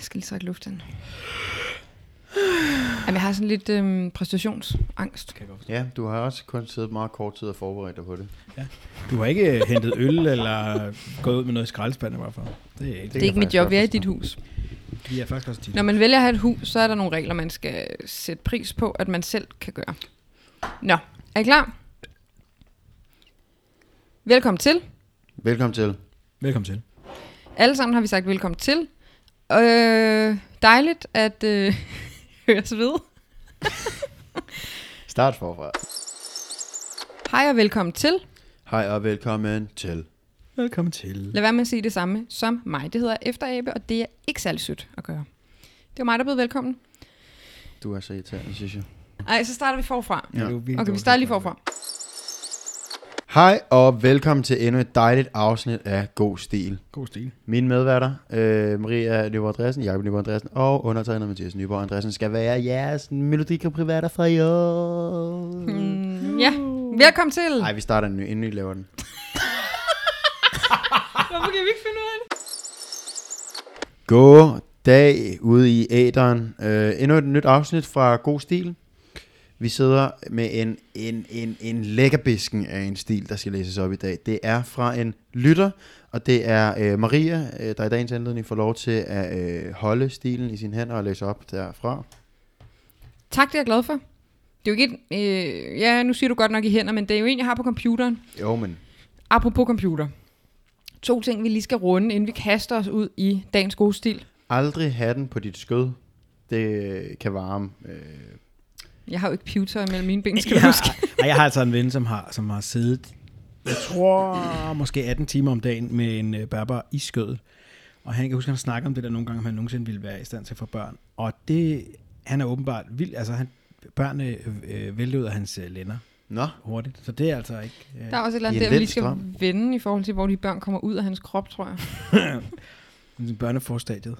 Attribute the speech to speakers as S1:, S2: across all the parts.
S1: skal lige trække luft ind. Jamen, jeg har sådan lidt øhm, præstationsangst.
S2: Kan jeg godt forstå.
S3: Ja, du har også kun siddet meget kort tid og forberedt dig på det.
S2: Du har ikke øh, hentet øl eller gået ud med noget i skraldespanden i hvert fald. Det er ikke
S1: Det
S2: det.
S1: er
S3: jeg
S1: ikke mit
S3: faktisk
S1: job,
S3: godt
S1: vi er i
S3: forstå.
S1: dit hus.
S2: Vi er faktisk også tit.
S1: Når man vælger at have et hus, så er der nogle regler, man skal sætte pris på, at man selv kan gøre. Nå, er I klar? Velkommen til.
S3: Velkommen til.
S2: Velkommen til.
S1: Alle sammen har vi sagt velkommen til. Øh, dejligt at øh, høres ved.
S3: Start forfra.
S1: Hej og velkommen til.
S3: Hej og velkommen til.
S2: Velkommen til.
S1: Lad være med at sige det samme som mig. Det hedder efterabe, og det er ikke særlig sødt at gøre. Det var mig, der blev velkommen.
S3: Du er så irriterende, synes jeg.
S1: Ej, så starter vi forfra.
S3: Ja.
S2: Det er jo virkelig
S1: Okay, vi
S2: dårligt.
S1: starter lige forfra.
S3: Hej og velkommen til endnu et dejligt afsnit af God Stil.
S2: God stil.
S3: Mine medværter, øh, Maria Nyborg Andreasen, Jakob Nyborg Andreasen og undertegnet Mathias Nyborg Andreasen, skal være jeres melodikaprivater fra i år. Nej,
S1: Mm, ja, velkommen til.
S3: vi starter en ny, inden vi laver den.
S1: Hvorfor kan vi ikke finde ud af det?
S3: God dag ude i æderen. Øh, endnu et nyt afsnit fra God Stil. Vi sidder med en, en, en, en lækkerbisken af en stil, der skal læses op i dag. Det er fra en lytter, og det er øh, Maria, øh, der i dagens anledning får lov til at øh, holde stilen i sin hænder og læse op derfra.
S1: Tak, det er jeg glad for. Det er jo ikke et, øh, ja, nu siger du godt nok i hænder, men det er jo en, jeg har på computeren.
S3: Jo, men
S1: Apropos computer. To ting, vi lige skal runde, inden vi kaster os ud i dagens gode stil.
S3: aldrig hatten på dit skød. Det øh, kan varme. Øh,
S1: Jeg har jo ikke pewter mellem mine ben, skal du huske.
S2: Nej, jeg har altså en ven, som har, som har siddet, jeg tror, måske 18 timer om dagen med en øh, bærbar i skødet. Og han kan huske, at han snakker om det der nogle gange, om han nogensinde ville være i stand til at få børn. Og det, han er åbenbart vild. Altså, han, børnene øh, vælter ud af hans øh, lænder
S3: Nå,
S2: hurtigt. Så det er altså ikke... Øh,
S1: Der er også et eller andet
S3: I
S1: der,
S3: en
S1: vi lige
S3: let
S1: skal
S3: strøm.
S1: vende i forhold til, hvor de børn kommer ud af hans krop, tror jeg.
S2: børneforstadiet.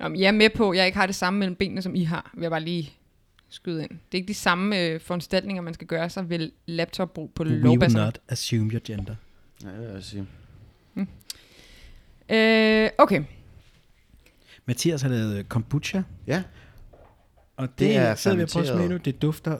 S1: Nå, men jeg er med på, at jeg ikke har det samme mellem benene, som I har, vil jeg bare lige skyde ind. Det er ikke de samme øh, foranstaltninger, man skal gøre sig ved laptopbrug på
S2: We will
S1: lovbasserne.
S2: not assume your gender.
S3: ja, det vil jeg sige.
S1: Øh, okay,
S2: Mathias har lavet øh, kombucha.
S3: Ja,
S2: Og det,
S3: Det
S2: det
S3: er
S2: er sidder vi og prøver at smage nu.
S3: fermenteret.
S2: Det dufter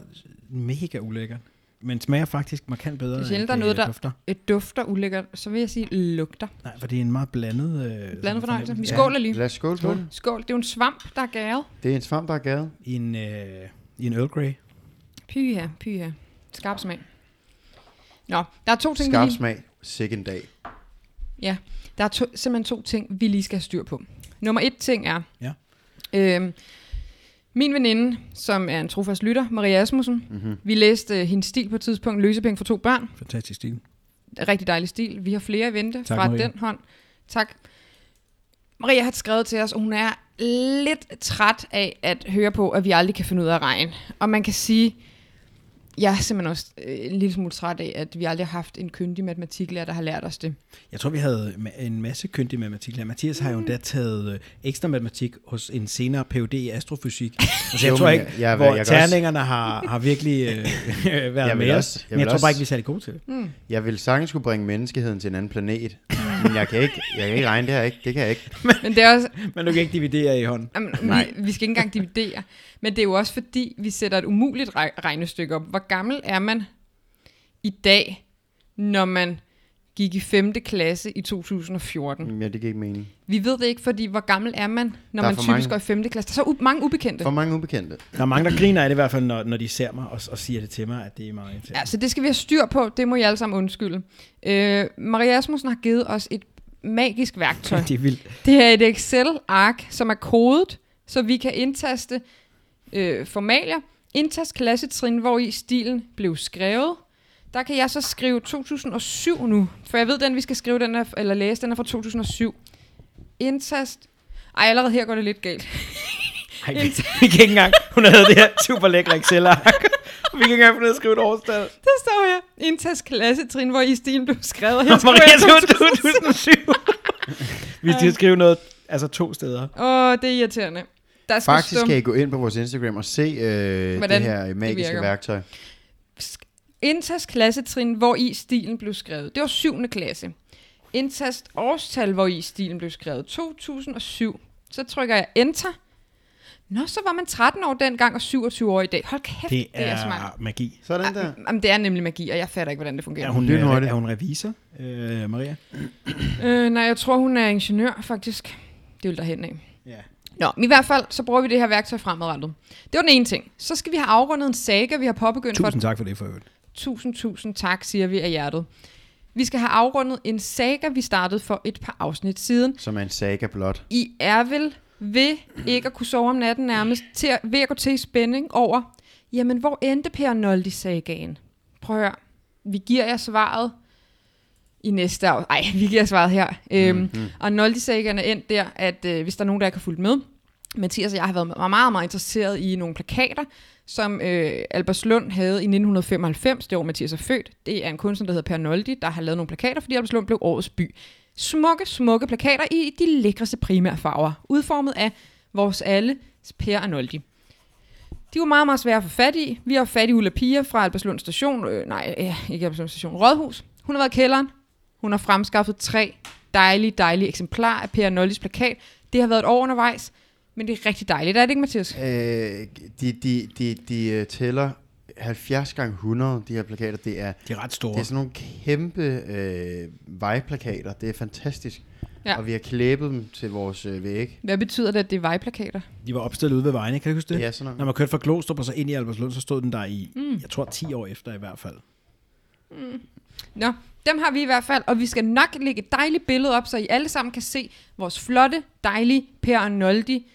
S2: mega ulækkert. Men smager faktisk markant bedre,
S1: Det er sjældent, der er
S2: end
S1: noget, der-
S2: dufter.
S1: øh, dufter ulækkert, så vil jeg sige lugter.
S2: Nej, for det er en meget blandet... Øh, sådan
S1: Blandet fornøjelse. Vi
S2: fornemmelse.
S1: skåler lige.
S3: lad os skåle på det.
S1: Skål. Det er jo en svamp, der er gæret.
S3: Det er en svamp, der er gade.
S2: I en, øh, i en Earl Grey.
S1: Pyha, pyha. Skarp smag. Nå, der er to ting, vi
S3: Skarp
S1: lige,
S3: smag, sikken dag.
S1: ja, der er to, simpelthen to ting, vi lige skal have styr på. Nummer et ting er,
S2: Ja.
S1: øhm, min veninde, som er en trofast lytter, Maria Asmussen,
S2: Mhm.
S1: mm-hmm. vi læste øh, hendes stil på et tidspunkt, Løsepenge for to børn,
S2: Fantastisk stil.
S1: rigtig dejlig stil. Vi har flere i vente
S2: Tak,
S1: fra
S2: Maria.
S1: den hånd. Tak. Maria har skrevet til os, og hun er lidt træt af at høre på, at vi aldrig kan finde ud af regn. Og man kan sige, jeg er simpelthen også øh, en lille smule træt af, at vi aldrig har haft en kyndig matematiklærer, der har lært os det.
S2: Jeg tror, vi havde ma- en masse kyndig matematik. Mathias
S1: Mm.
S2: har jo endda taget øh, ekstra matematik hos en senere Ph.D. i astrofysik. Så
S3: Jo,
S2: jeg tror
S3: men
S2: ikke,
S3: jeg- jeg-
S2: hvor
S3: jeg kan også-
S2: terningerne har, har virkelig øh, øh, været
S3: Jeg vil
S2: med
S3: også-
S2: os.
S3: jeg
S2: Men
S3: vil
S2: jeg tror
S3: også-
S2: bare ikke, vi er særlig gode til det.
S1: Mm.
S3: Jeg vil sagtens kunne bringe menneskeheden til en anden planet, men jeg kan ikke, jeg kan ikke regne det her, ikke? Det kan jeg ikke.
S1: Men det er også,
S2: Men du kan ikke dividere i hånden.
S1: jamen,
S3: Nej.
S1: vi, vi skal ikke engang dividere. Men det er jo også fordi, vi sætter et umuligt reg- regnestykke op. Hvor gammel er man i dag, når man gik i 5. klasse i 2014?
S3: Ja, det giver ikke mening.
S1: Vi ved det ikke, fordi hvor gammel er man, når
S3: Mm. Der er
S1: man
S3: for
S1: typisk
S3: mange.
S1: går i 5. klasse? Der er så u- mange ubekendte.
S3: For mange ubekendte.
S2: Der er mange, der griner af det i hvert fald, når, når de ser mig og, og siger det til mig, at det er meget irriterende.
S1: Ja, så Altså, det skal vi have styr på. Det må I alle sammen undskylde. Øh, Maria Asmussen har givet os et magisk værktøj.
S2: Det er vildt.
S1: det er et Excel-ark, som er kodet, så vi kan indtaste øh, formalier. Indtast klassetrin, hvor i stilen blev skrevet. Der kan jeg så skrive 2007 nu, for jeg ved, den vi skal skrive, den er, eller læse, den er fra 2007. Indtast... Ej, allerede her går det lidt galt.
S2: Ej, vi, vi kan ikke engang... Hun havde det her super lækre Excel-ark. Vi kan ikke engang få ned at skrive et årstal.
S1: Der står her, indtast klassetrin, hvor i stilen blev skrevet. Jeg skulle
S2: Maria
S1: være
S2: skrev 2007. vi skal skrive noget, altså to steder.
S1: 2000. Åh, det er irriterende. Der skal
S3: Faktisk
S1: stå,
S3: kan I gå ind på vores Instagram og se øh,
S1: Hvordan
S3: det her
S1: det
S3: magiske
S1: virker.
S3: det værktøj.
S1: indtast klassetrin, hvor i stilen blev skrevet. Det var 7. klasse. Indtast årstal, hvor i stilen blev skrevet. 2007. Så trykker jeg enter. Nå, så var man 13 år dengang og 27 år i dag. Hold kæft,
S2: Det er,
S1: det er smart.
S2: magi.
S3: Sådan der.
S1: Ah, Jamen, det er nemlig magi, og jeg fatter ikke, hvordan det fungerer.
S2: Er hun, er,
S3: Lynhurtigt.
S2: er hun revisor, øh, Maria?
S1: Øh, nej, jeg tror, hun er ingeniør, faktisk. Det vil der hen af.
S2: Ja.
S1: Nå, men i hvert fald, så bruger vi det her værktøj fremadrettet. Det var den ene ting. Så skal vi have afrundet en saga, vi har påbegyndt for
S2: Tusind tak for det for øvrigt.
S1: Tusind, tusind tak, siger vi af hjertet. Vi skal have afrundet en saga, vi startede for et par afsnit siden.
S3: Som er en saga blot.
S1: I er vel ved ikke at kunne sove om natten nærmest, til at, ved at gå til i spænding over, jamen hvor endte Per Noldi sagaen? Prøv at høre. Vi giver jer svaret i næste af. Ej, vi giver jer svaret her. Øhm, mm-hmm. Og Noldi sagaen er endt der, at øh, hvis der er nogen, der ikke har fulgt med, Mathias og jeg har været meget, meget, meget interesseret i nogle plakater, som øh, Albertslund havde i 1995, det år Mathias er født. Det er en kunstner, der hedder Per Noldi, der har lavet nogle plakater, fordi Albertslund blev årets by. Smukke, smukke plakater i de lækreste primære farver, udformet af vores alle Per Arnoldi. De var meget, meget svære at få fat i. Vi har fat i Ulla Pia fra Albertslund Station, øh, nej, øh, ikke Albertslund Station, Rådhus. Hun har været i kælderen. Hun har fremskaffet tre dejlige, dejlige eksemplarer af Per Arnoldis plakat. Det har været et år undervejs, men det er rigtig dejligt, er det ikke, Mathias?
S3: Øh, de, de, de, de øh, tæller 70 gange 100, de her plakater. Det er,
S2: De er ret store.
S3: det er sådan nogle kæmpe øh, vejplakater. Det er fantastisk.
S1: Ja.
S3: Ja. Og vi har klæbet dem til vores øh, væg.
S1: Hvad betyder det, at det er vejplakater?
S2: De var opstillet ude ved vejene, kan du huske det?
S3: Ja, sådan noget.
S2: Når man kørte fra Klostrup og så ind i Albertslund, så stod den der i, mm. jeg tror 10 år efter i hvert fald.
S1: Nå, dem har vi i hvert fald, og vi skal nok lægge et dejligt billede op, så I alle sammen kan se vores flotte, dejlige Per Arnoldi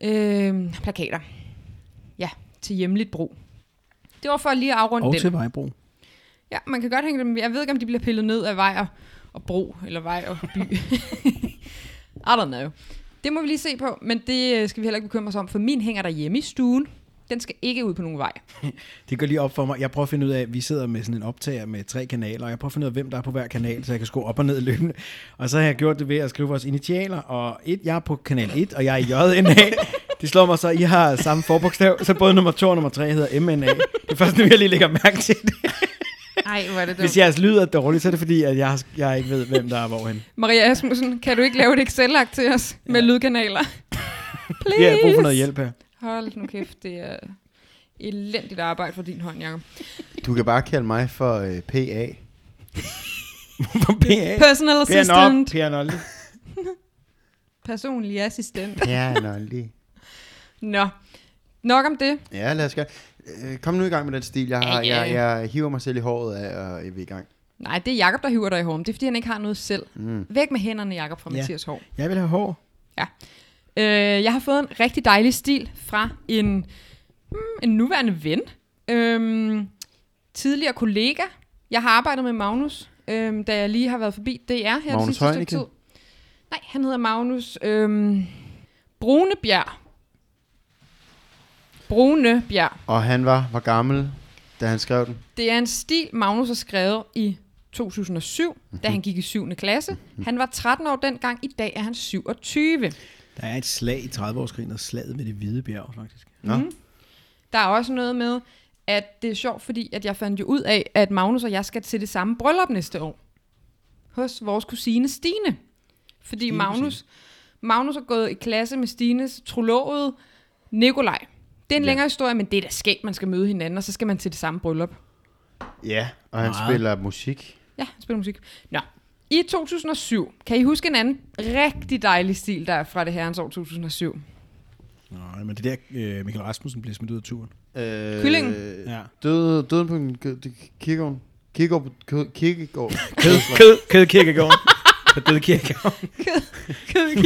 S1: øh, plakater. Ja, til hjemligt brug. Det var for lige at afrunde
S2: Og
S1: den.
S2: til Vejbro.
S1: Ja, man kan godt hænge dem. Jeg ved ikke, om de bliver pillet ned af vej og, og bro, eller vej og by. I don't know. Det må vi lige se på, men det øh, skal vi heller ikke bekymre os om, for min hænger derhjemme i stuen. Den skal ikke ud på nogen vej.
S2: Det går lige op for mig. Jeg prøver at finde ud af, vi sidder med sådan en optager med tre kanaler, og jeg prøver at finde ud af, hvem der er på hver kanal, så jeg kan skrue op og ned løbende. Og så har jeg gjort det ved at skrive vores initialer, og et, jeg er på kanal 1, og jeg er i JNA. Det slår mig så, at I har samme forbogstav, så både nummer 2 og nummer 3 hedder MNA. Det er først nu, jeg lige lægger mærke til det.
S1: Nej, hvor er det
S2: Hvis jeres lyd er dårligt, så er det fordi, at jeg, har- jeg ikke ved, hvem der er hvorhen.
S1: Maria Asmussen, kan du ikke lave et excel til os med lydkanaler? Please.
S2: Vi har brug for noget hjælp her.
S1: Hold nu kæft, det er elendigt arbejde for din hånd, Jacob.
S3: Du kan bare kalde mig for øh, PA.
S2: På PA.
S1: Personal
S2: Per Nolde.
S1: assistant.
S2: Per Nolde.
S1: Personlig assistent.
S3: Ja, nå, lige.
S1: Nå, nok om det.
S3: Ja, lad os gøre. Øh, kom nu i gang med den stil, jeg har.
S1: Ja, ja.
S3: Jeg, jeg hiver mig selv i håret af, og vi er i gang.
S1: Nej, det er Jakob der hiver dig i hården. Det er, fordi han ikke har noget selv.
S3: Mm.
S1: Væk med hænderne, Jakob fra
S2: Ja.
S1: Mathias Hår.
S2: Jeg vil have hår.
S1: Øh, jeg har fået en rigtig dejlig stil fra en, mm, en nuværende ven. Øhm, tidligere kollega. Jeg har arbejdet med Magnus, øhm, da jeg lige har været forbi DR her det
S3: Magnus
S1: sidste stykke
S3: Heunicke?
S1: tid. Nej, han hedder Magnus øhm, Brunebjerg. Brunebjerg.
S3: Og han var, var gammel, da han skrev den.
S1: Det er en stil, Magnus har skrevet i 2007, da
S3: Mhm.
S1: han gik i 7. klasse. Han var 13 år dengang, i dag er han 27.
S2: Der er et slag i 30-årskrigen, og slaget ved det hvide bjerg, faktisk.
S3: Nå? Mm.
S1: Der er også noget med, at det er sjovt, fordi at jeg fandt jo ud af, at Magnus og jeg skal til det samme bryllup næste år. Hos vores kusine Stine. Fordi Stine Magnus, Magnus er gået i klasse med Stines trolovede Nikolaj. Det er en ja. længere historie, men det er da skægt, man skal møde hinanden, og så skal man til det samme bryllup.
S3: Ja, og han
S2: Meget.
S3: spiller musik.
S1: Ja, han spiller musik. Nå, i 2007, kan I huske en anden rigtig dejlig stil, der er fra det herrens år 2007?
S2: Nå, men det der, øh, Michael Rasmussen blev smidt ud af turen.
S3: Øh,
S1: Kyllingen.
S2: Ja.
S3: Døde, døden på en kirkegård. Kirkegård. Kirkegård.
S2: Kød, kød, kød kirkegården. På død kirkegården.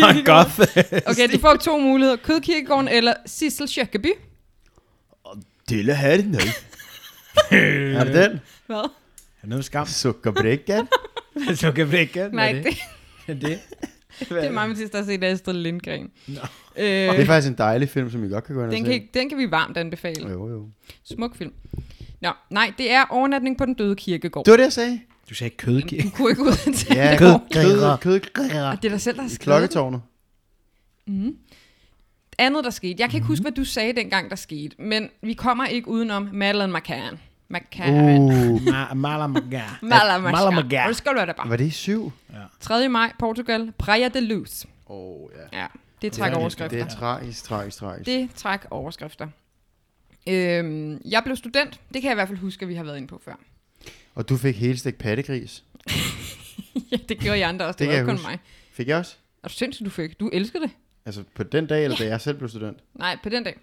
S2: Mark Goff.
S1: Okay, du får to muligheder. Kødkirkegården eller Sissel Sjøkkeby.
S3: Dille hatten, nej. er det den?
S1: Hvad?
S2: Han er noget skam.
S3: Sukkerbrækken.
S2: Så kan vi ikke.
S1: Nej, det,
S2: Er det?
S1: det er mig, Mathis, der har set Astrid Lindgren.
S2: Nå.
S1: Øh,
S3: det er faktisk en dejlig film, som I godt kan gå ind og
S1: den,
S3: se.
S1: kan, ikke- den kan vi varmt anbefale.
S3: Jo, jo.
S1: Smuk film. Nå, nej, det er overnatning på den døde kirkegård.
S3: Det var det, jeg sagde.
S2: Du sagde kød
S1: Du kunne ikke udtale
S3: Ja,
S1: det
S3: kød,
S1: ordentligt.
S3: kød, kød,
S1: Og det er dig selv, der har skrevet det.
S3: Klokketårnet.
S1: andet, der skete. Jeg kan ikke huske, hvad du sagde dengang, der skete, men vi kommer ikke udenom Madeleine McCann. McCann. Uh.
S3: Uh,
S2: Malamaga.
S1: Malamaga. Det skal du da bare.
S3: var det i syv?
S1: 3. maj, Portugal. Praia de Luz.
S3: Åh, oh, ja.
S1: Ja, Det træk
S2: Ja, det-
S1: overskrifter.
S3: Det er tragisk, tragisk, tragisk.
S1: Det træk overskrifter. Øhm, jeg blev student. Det kan jeg i hvert fald huske, at vi har været inde på før.
S3: Og du fik hele stik pattegris.
S1: ja, det gjorde I andre også.
S3: Det
S1: Det,
S3: kan
S1: det var ikke
S3: jeg
S1: kun
S3: huske.
S1: mig.
S3: Fik jeg også?
S1: Er du sindssygt, du fik? Du elsker det.
S3: Altså på den dag, eller da jeg selv blev student?
S1: Nej, på den dag.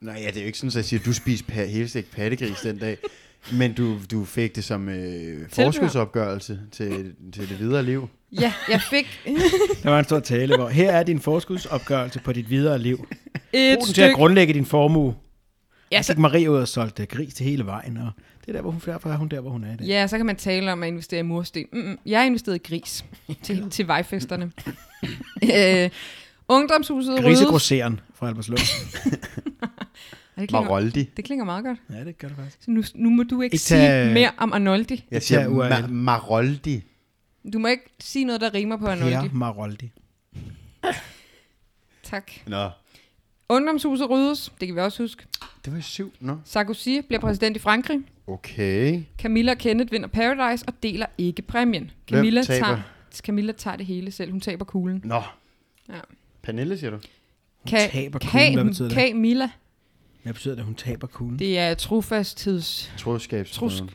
S3: Nej, ja, det er jo ikke sådan, at jeg siger, at du spiste pa- hele stik pattegris den dag. Men du, du fik det som øh, forskudsopgørelse til, til det videre liv.
S1: Ja, jeg fik
S2: Der var en stor tale, hvor her er din forskudsopgørelse på dit videre liv. Brug
S1: et
S2: den til at
S1: stykke...
S2: grundlægge din formue.
S1: Ja
S2: Ja,
S1: så,
S2: så... Marie ud og solgte gris til hele vejen, og det er der, hvor hun, derfor er hun der, hvor hun er i dag.
S1: ja, så kan man tale om at investere i mursten. Mm-mm. Jeg har investeret i gris til, til vejfesterne. øh, ungdomshuset Ryddes.
S2: Grisegrosseren fra Albertslund.
S1: Ja, Det klinger,
S3: Maroldi.
S1: det klinger meget godt.
S2: ja, det gør det faktisk.
S1: Så nu, nu må du ikke,
S2: Ikke
S1: ikke sige
S2: tage-
S1: mere om Arnoldi.
S3: Jeg
S2: Jeg
S3: siger
S2: tager URL.
S3: ma- Maroldi.
S1: Du må ikke sige noget, der rimer på Arnoldi.
S2: Herre Maroldi.
S1: Tak.
S3: Nå,
S1: Ungdomshuset ryddes. Det kan vi også huske.
S3: det var i syv. Nå.
S1: Sarkozy bliver præsident i Frankrig.
S3: Okay.
S1: Camilla og Kenneth vinder Paradise og deler ikke præmien.
S3: Hvem
S1: Camilla
S3: taber?
S1: tager, Camilla tager det hele selv. Hun taber kuglen.
S3: Nå.
S1: Ja.
S3: Pernille, siger du?
S2: Hun taber kuglen, hvad betyder det?
S1: Camilla,
S2: Hvad betyder det, at hun taber kuglen?
S1: det er trofastheds...
S3: Troskabsprøven. Trusk.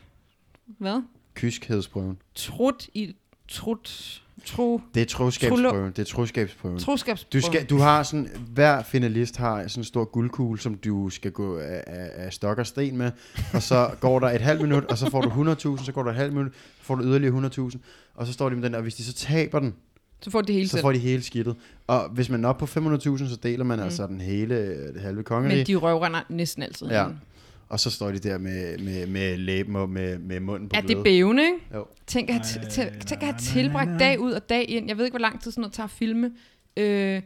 S1: Hvad?
S3: Kyskhedsprøven.
S1: Trut i... Trut... Tro...
S3: Det er troskabsprøven. Det er troskabsprøven.
S1: Troskabsprøven.
S3: Du, skal, du har sådan, hver finalist har sådan en stor guldkugle, som du skal gå af, af, af stok og sten med, og så går der et halvt minut, og så får du 100.000, så går der et halvt minut, så får du yderligere 100.000, og så står de med den, og hvis de så taber den,
S1: Så får du det hele
S3: så
S1: selv.
S3: får de hele skidtet. Og hvis man er oppe på 500.000, så deler man mm. altså den hele, øh, det halve kongerige,
S1: Men de røvrender næsten altid.
S3: Ja.
S1: hinanden.
S3: og så står de der med, med, med læben og med, med munden på
S1: Er det
S3: bløde.
S1: bævende, ikke?
S3: Jo.
S1: Tænk at,
S2: Ej,
S1: have t- tænk at
S2: nej,
S1: have
S2: nej,
S1: tilbragt
S2: nej.
S1: dag ud og dag ind. Jeg ved ikke, hvor lang tid sådan noget tager at filme. Øh,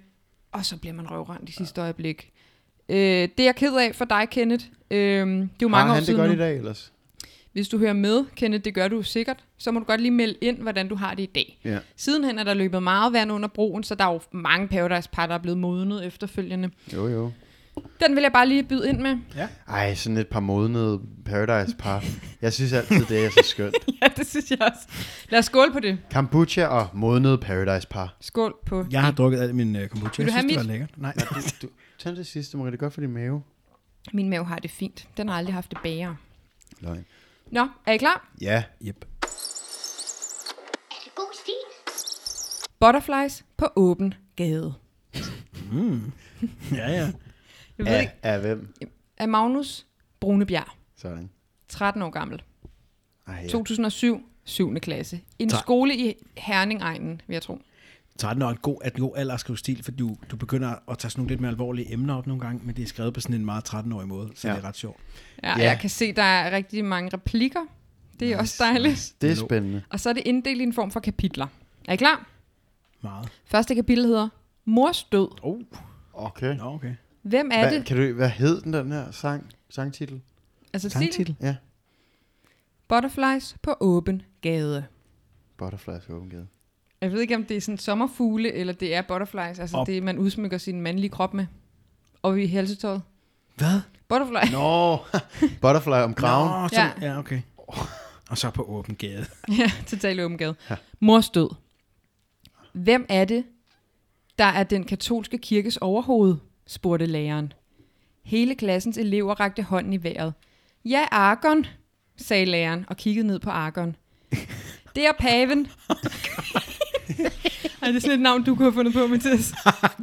S1: og så bliver man røvrendt i sidste øjeblik. Øh, det er jeg ked af for dig, Kenneth. Øh, det er jo mange
S3: Har
S1: år
S3: han det
S1: siden
S3: godt
S1: nu.
S3: i dag ellers?
S1: Hvis du hører med, Kenneth, det gør du sikkert, så må du godt lige melde ind, hvordan du har det i dag.
S3: Ja.
S1: Sidenhen er der løbet meget vand under broen, så der er jo mange Paradise-par, der er blevet modnet efterfølgende.
S3: Jo, jo.
S1: Den vil jeg bare lige byde ind med.
S3: Ej, sådan et par modnede Paradise-par. Jeg synes altid, det er så skønt.
S1: ja, det synes jeg også. Lad os skåle på det.
S3: Kombucha og modnede Paradise-par.
S1: Skål på.
S2: Jeg har drukket alt min uh, kombucha.
S1: Vil du
S2: Jeg
S1: have
S2: synes, det var
S1: mit?
S2: lækkert. Nej,
S3: Du, tag det sidste, Marie. Det er godt for din mave.
S1: Min mave har det fint. Den har aldrig haft det bære.
S3: Løgn.
S1: Nå, er I klar?
S3: Ja.
S2: yep.
S4: Er det god stil?
S1: Butterflies på åben gade.
S2: Ja, ja.
S1: Jeg ved ikke,
S3: Af, af hvem?
S1: af Magnus Brunebjerg,
S3: Sådan.
S1: 13 år gammel.
S3: Ej, ja.
S1: 2007, 7. klasse. En
S2: Tak.
S1: skole i Herningegnen, vil jeg tro.
S2: 13 år er en god, er en god alder at skrive stil, for du, du begynder at tage sådan nogle lidt mere alvorlige emner op nogle gange, men det er skrevet på sådan en meget 13-årig måde, så
S3: Ja.
S2: ja. det er ret sjovt.
S1: Ja,
S3: Ja.
S1: ja. Jeg kan se, der er rigtig mange replikker. Det er nice, også dejligt. Nice.
S3: Det er
S2: Nå.
S3: spændende.
S1: Og så er det inddelt i en form for kapitler. Er I klar?
S2: Meget.
S1: Første kapitel hedder Mors død.
S2: Oh.
S3: Okay.
S2: Nå, okay.
S1: Hvem er
S3: Hvad,
S1: det?
S3: kan du, hvad hed den, den her sang? Sangtitel?
S1: Altså sig det.
S2: Sangtitel.
S3: Ja.
S1: Butterflies på åben gade.
S3: Butterflies Open Gade.
S1: Jeg ved ikke, om det er sådan sommerfugle, eller det er butterflies. Altså
S2: Op.
S1: det, man udsmykker sin mandlige krop med. Og i helsetøjet.
S2: Hvad?
S1: Butterfly.
S3: Nå, Butterfly om kraven.
S2: Nå, så,
S1: Ja.
S2: ja. ja, okay. Og så på åben gade.
S1: Ja, totalt åben gade. Ja. Mors død. Hvem er det, der er den katolske kirkes overhoved, spurgte læreren. Hele klassens elever rakte hånden i vejret. Ja, Argon, sagde læreren og kiggede ned på Argon. Det er paven. Ej, det er sådan et navn, du kunne have fundet på, Mathias.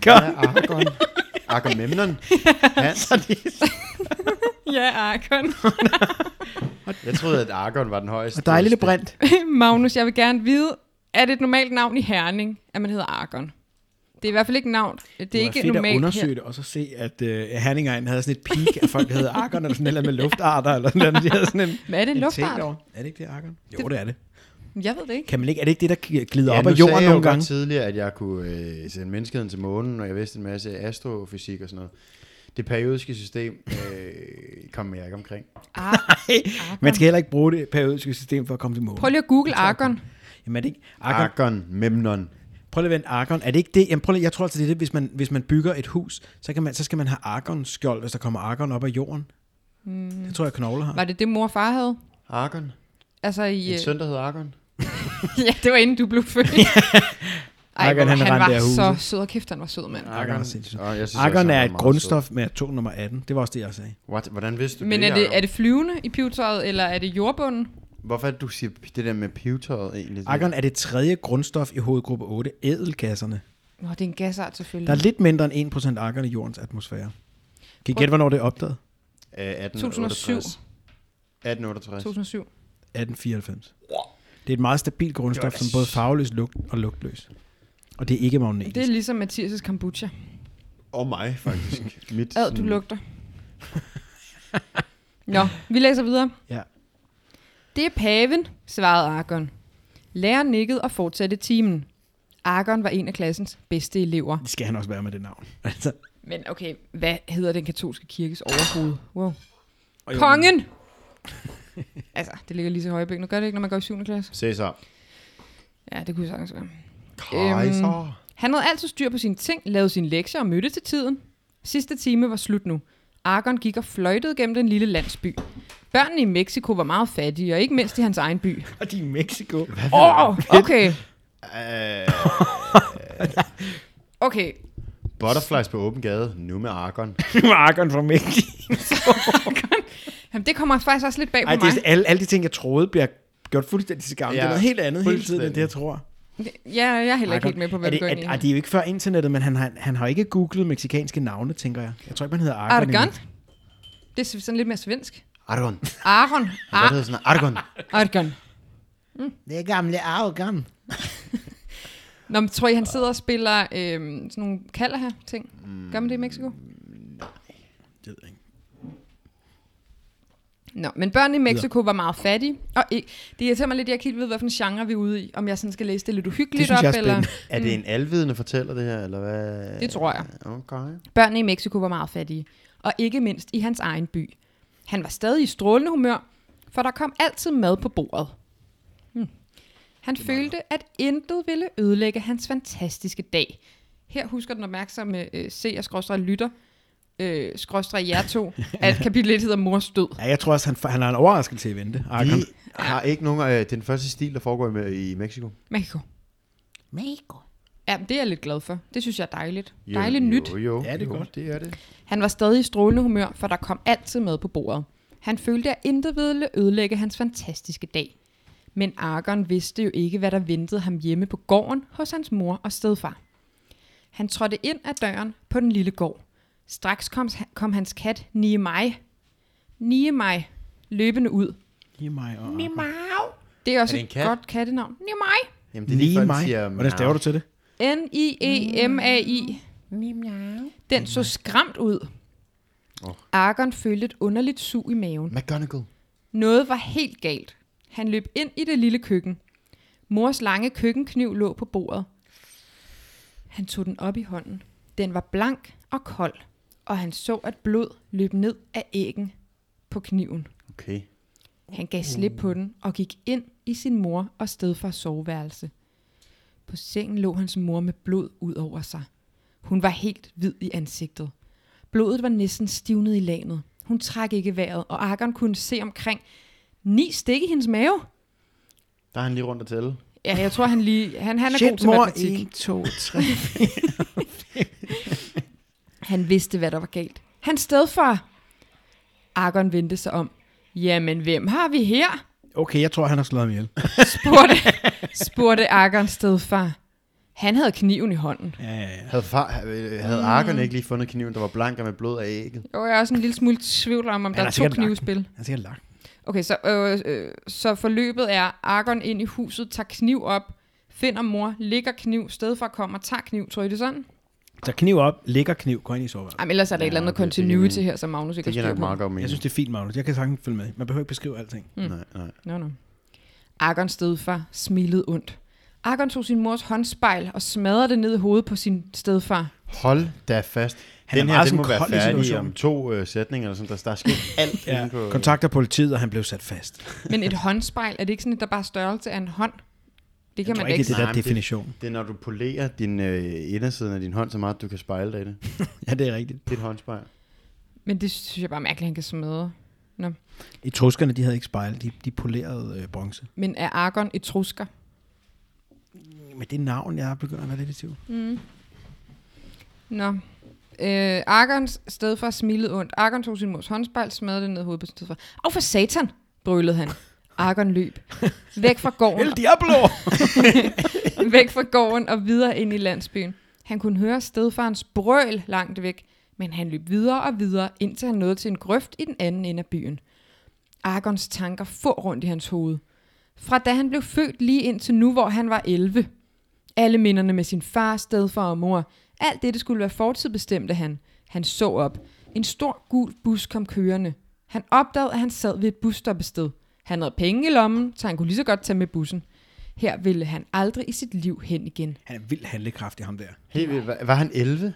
S3: Ja, Argon. Argon Memnon. Hans.
S1: Ja, Argon.
S3: Jeg troede, at Argon var den højeste.
S2: Og dejlig lille brint.
S1: Magnus, jeg vil gerne vide, er det et normalt navn i Herning, at man hedder Argon? Det er i hvert fald ikke navn. Det er
S2: var
S1: ikke
S2: fedt at
S1: normalt
S2: undersøge
S1: her.
S2: det, og så se, at øh, Herningegn havde sådan et peak af folk, der hedder Arkon, eller sådan noget med luftarter, eller sådan noget. De havde sådan en,
S1: Hvad er det, en
S2: en ting
S1: luftart?
S2: derovre. Er det ikke det, Arkon? Jo, det er det.
S1: Jeg ved det ikke.
S2: Kan man ikke, er det ikke det, der
S3: Ja,
S2: glider ja, op
S3: nu
S2: af
S3: sagde jeg
S2: jorden
S3: jo
S2: nogle
S3: godt
S2: gange?
S3: tidligere, at jeg kunne øh, sende menneskeheden til månen, og jeg vidste en masse astrofysik og sådan noget. Det periodiske system øh, kom jeg ikke omkring.
S1: Ar-
S2: Man skal heller ikke bruge det periodiske system for at komme til månen.
S1: Prøv lige at google Argon.
S2: Jamen, er det ikke Arkon?
S3: Argon Memnon.
S2: Prøv lige at vende Argon. Er det ikke det? Jamen, prøv lige, jeg tror altså, det er det, hvis man, hvis man bygger et hus, så, kan man, så skal man have Argon-skjold, hvis der kommer Argon op af jorden. Mm. Det tror jeg, knogler har.
S1: Var det det, mor og far havde?
S3: Argon?
S1: Altså i...
S3: En søn, der hedder Argon?
S1: ja, det var inden du blev født. Ej, hvor
S2: Akkon,
S1: han,
S2: han
S1: han
S2: rendte
S1: var
S2: af huset.
S1: så sød og kæft, han var sød, mand.
S2: Akkon er sindssygt.
S3: Åh, jeg synes også,
S2: Akkon
S3: han
S2: er
S3: var
S2: et
S3: meget
S2: grundstof med atom nummer 18. Det var også det, jeg sagde.
S3: sød. What? Hvordan vidste du
S1: Men
S3: det,
S1: er det,
S3: Jacob?
S1: er det flyvende i pivetøjet, eller er det jordbunden?
S3: Hvorfor er det, du siger det der med pivetøjet egentlig?
S2: Akkon er det tredje grundstof i hovedgruppe 8, ædelgasserne.
S1: Nå, det er en gasart selvfølgelig.
S2: Der er lidt mindre end 1% akkon i jordens atmosfære. Kan I
S1: Prøv-
S2: gætte, hvornår det er opdaget?
S3: Øh,
S1: 2007.
S3: 1868. 1868.
S1: 2007.
S2: 1894. Det er et meget stabilt grundstof, som både farveløs lugt og lugtløs. Og det er ikke magnetisk.
S1: Det er ligesom Mathias' kombucha.
S3: Og mig, faktisk. Mit,
S1: Ad, du lugter. Nå, vi læser videre.
S2: Ja.
S1: Det er paven, svarede Argon. Læreren nikkede og fortsatte timen. Argon var en af klassens bedste elever.
S2: Det skal han også være med det navn. Altså,
S1: Men okay, hvad hedder den katolske kirkes overhoved? Wow.
S2: og jo,
S1: Kongen! Øhm. altså, det ligger lige så højre Nu gør det ikke, når man går i 7. klasse.
S3: Cæsar.
S1: Ja, det kunne jeg sagtens være.
S3: Kaiser.
S1: Han havde altid styr på sine ting, lavede sine lektier og mødte til tiden. Sidste time var slut nu. Argon gik og fløjtede gennem den lille landsby. Børnene i Mexico var meget fattige, og ikke mindst i hans egen by.
S2: Og de er i Mexico.
S1: Åh, oh, okay.
S3: Øh,
S1: Okay,
S3: butterflies på åben gade. Nu med Arkon.
S2: Nu er Arkon fra Mexico.
S1: Jamen, det kommer faktisk også lidt bag på
S2: Ej,
S1: mig.
S2: det er alle, alle de ting, jeg troede, bliver gjort fuldstændig til gammel. Ja, det
S3: Ja,
S2: er noget helt andet hele tiden, end
S3: fuldstændig.
S2: det, jeg tror.
S1: Ja, jeg er heller ikke helt med på, hvad
S2: er
S1: det,
S2: det,
S1: du går ind
S2: er,
S1: i.
S2: er, det er jo ikke før internettet, men han har, han har ikke googlet meksikanske navne, tænker jeg. Jeg tror ikke, man hedder Arkon.
S1: Argon?
S2: endnu.
S1: Det er sådan lidt mere svensk.
S3: Argon.
S1: Aron.
S3: Hvad hedder sådan Argon?
S1: Argon.
S2: Det er gamle Argon.
S1: Nå, men tror I, han sidder og spiller øhm, sådan nogle kalder her ting? Gør man det i Mexico?
S2: Mm, Det ved jeg ikke.
S1: Nå, men børn i Mexico var meget fattige. Og ikke, det irriterer mig lidt, jeg kan ikke helt ved, hvilken genre vi er ude i. Om jeg sådan skal læse det lidt uhyggeligt
S2: Det synes
S1: op,
S2: jeg er
S1: eller...
S2: spændende.
S3: Er det en alvidende fortæller det her, eller hvad?
S1: Det tror jeg.
S3: Okay.
S1: Børnene i Mexico var meget fattige, og ikke mindst i hans egen by. Han var stadig i strålende humør, for der kom altid mad på bordet. Hmm. Han følte, at intet ville ødelægge hans fantastiske dag. Her husker den opmærksomme øh, C og skråstrej lytter, øh, skråstrej jer to, at kapitel 1 hedder Mors død.
S2: Ja, jeg tror også, han, han har en overraskelse i vente. Arkon.
S3: Vi har ikke nogen af den første stil, der foregår i, i Mexico.
S1: Mexico.
S2: Mexico.
S1: Ja, men det er jeg lidt glad for. Det synes jeg er dejligt.
S3: Jo,
S1: Dejligt nyt.
S3: Jo, jo,
S2: Ja, det er
S3: jo,
S2: godt.
S3: Det er det.
S1: Han var stadig i strålende humør, for der kom altid mad på bordet. Han følte, at intet ville ødelægge hans fantastiske dag. Men Argon vidste jo ikke, hvad der ventede ham hjemme på gården hos hans mor og stedfar. Han trådte ind ad døren på den lille gård. Straks kom, kom hans kat Niemai. Niemai løbende ud.
S2: Lige mig og Arkon.
S1: Det er også
S3: Er det en
S1: et
S3: kat?
S1: godt kattenavn. Niemai.
S3: Jamen, det er lige
S2: Lige
S3: før,
S2: mig.
S3: den siger,
S2: Hvordan staver du til det?
S1: E N-I-E-M-A-I. Den så skræmt ud.
S3: Åh.
S1: Argon følte et underligt sug i maven.
S3: McGonagall.
S1: Noget var helt galt. Han løb ind i det lille køkken. Mors lange køkkenkniv lå på bordet. Han tog den op i hånden. Den var blank og kold, og han så, at blod løb ned af æggen på kniven.
S3: Okay.
S1: Han gav slip på den og gik ind i sin mor og stedfars soveværelse. På sengen lå hans mor med blod ud over sig. Hun var helt hvid i ansigtet. Blodet var næsten stivnet i lanet. Hun trak ikke vejret, og Arkon kunne se omkring ni stik i hendes mave.
S3: Der er han lige rundt at tælle.
S1: Ja, jeg tror, han lige... Han, han er god til
S2: mor,
S1: matematik.
S2: 1, 2, 3.
S1: Han vidste, hvad der var galt. Hans stedfar! Arkon vendte sig om. Jamen, hvem har vi her?
S2: Okay, jeg tror, han har slået ham ihjel.
S1: spurgte, spurgte Akkeren stedfar. Han havde kniven i hånden.
S2: Ja, ja, ja.
S3: Havde, far, øh, havde Arkon ikke lige fundet kniven, der var blank og med blod af ægget?
S1: Jo, Ah. jeg er også en lille smule i tvivl om, om
S2: Han
S1: der
S2: har
S1: er to
S2: sikkert lagt den.
S1: knivspil.
S2: Han har sikkert lagt.
S1: Okay, så, øh, øh, så forløbet er, Argon ind i huset, tager kniv op, finder mor, ligger kniv, stedfar kommer, tager kniv, tror I det er sådan?
S2: Så kniv op, lægger kniv, går ind i soveværelset.
S1: Jamen, ellers er der ja, et eller andet
S3: okay, det giver
S1: continuity
S3: mening.
S1: her, som Magnus ikke
S3: Det
S1: har
S3: giver
S1: styr
S3: nok
S1: på.
S3: meget godt mening.
S2: Jeg synes, det er fint, Magnus. Jeg kan sagtens følge med. Man behøver ikke beskrive alting.
S3: mm. Nej, nej.
S1: No, no. Argon stedfar smilede ondt. Argon tog sin mors håndspejl og smadrede det ned i hovedet på sin stedfar.
S3: Hold da fast.
S2: Han er
S3: den her,
S2: meget
S3: den må
S2: sådan
S3: være
S2: kold i
S3: færdig
S2: situationen.
S3: om to øh, sætninger, eller sådan, der, der er sket alt
S2: Ja.
S3: inde på...
S2: Kontakter politiet, og han blev sat fast.
S1: Men et håndspejl, er det ikke sådan, at der bare er størrelse af en hånd? Det kan
S2: tror
S1: man da
S2: ikke,
S1: ikke
S2: det er der
S3: men
S2: definition.
S3: Det, det er, når du polerer din øh, indersiden af din hånd så meget, at du kan spejle dig i det.
S2: Ja, det er rigtigt.
S3: Det er et håndspejl.
S1: Men det synes jeg bare er mærkeligt, at han kan smadre.
S2: I truskerne, de havde ikke spejle. De, de polerede øh, bronze.
S1: Men er Argon etrusker?
S2: med det navn, jeg begynder at være lidt i tvivl.
S1: Mm. Nå. Øh, Argons stedfar smilede ondt. Argon tog sin mors håndspejl, smadrede det ned i hovedet på sin stedfar. Og for satan, brølede han. Argon løb. Væk fra gården,
S2: El Diablo!
S1: væk fra gården og videre ind i landsbyen. Han kunne høre stedfarens brøl langt væk, men han løb videre og videre, indtil han nåede til en grøft i den anden ende af byen. Argons tanker for rundt i hans hoved. Fra da han blev født lige indtil nu, hvor han var 11. Alle minderne med sin far, stedfar og mor. Alt det, det skulle være fortid, bestemte han. Han så op. En stor gul bus kom kørende. Han opdagede, at han sad ved et busstoppested. Han havde penge i lommen, så han kunne lige så godt tage med bussen. Her ville han aldrig i sit liv hen igen.
S2: Han er vildt handlekraftig, ham der.
S3: Helt vildt. Var, var han 11?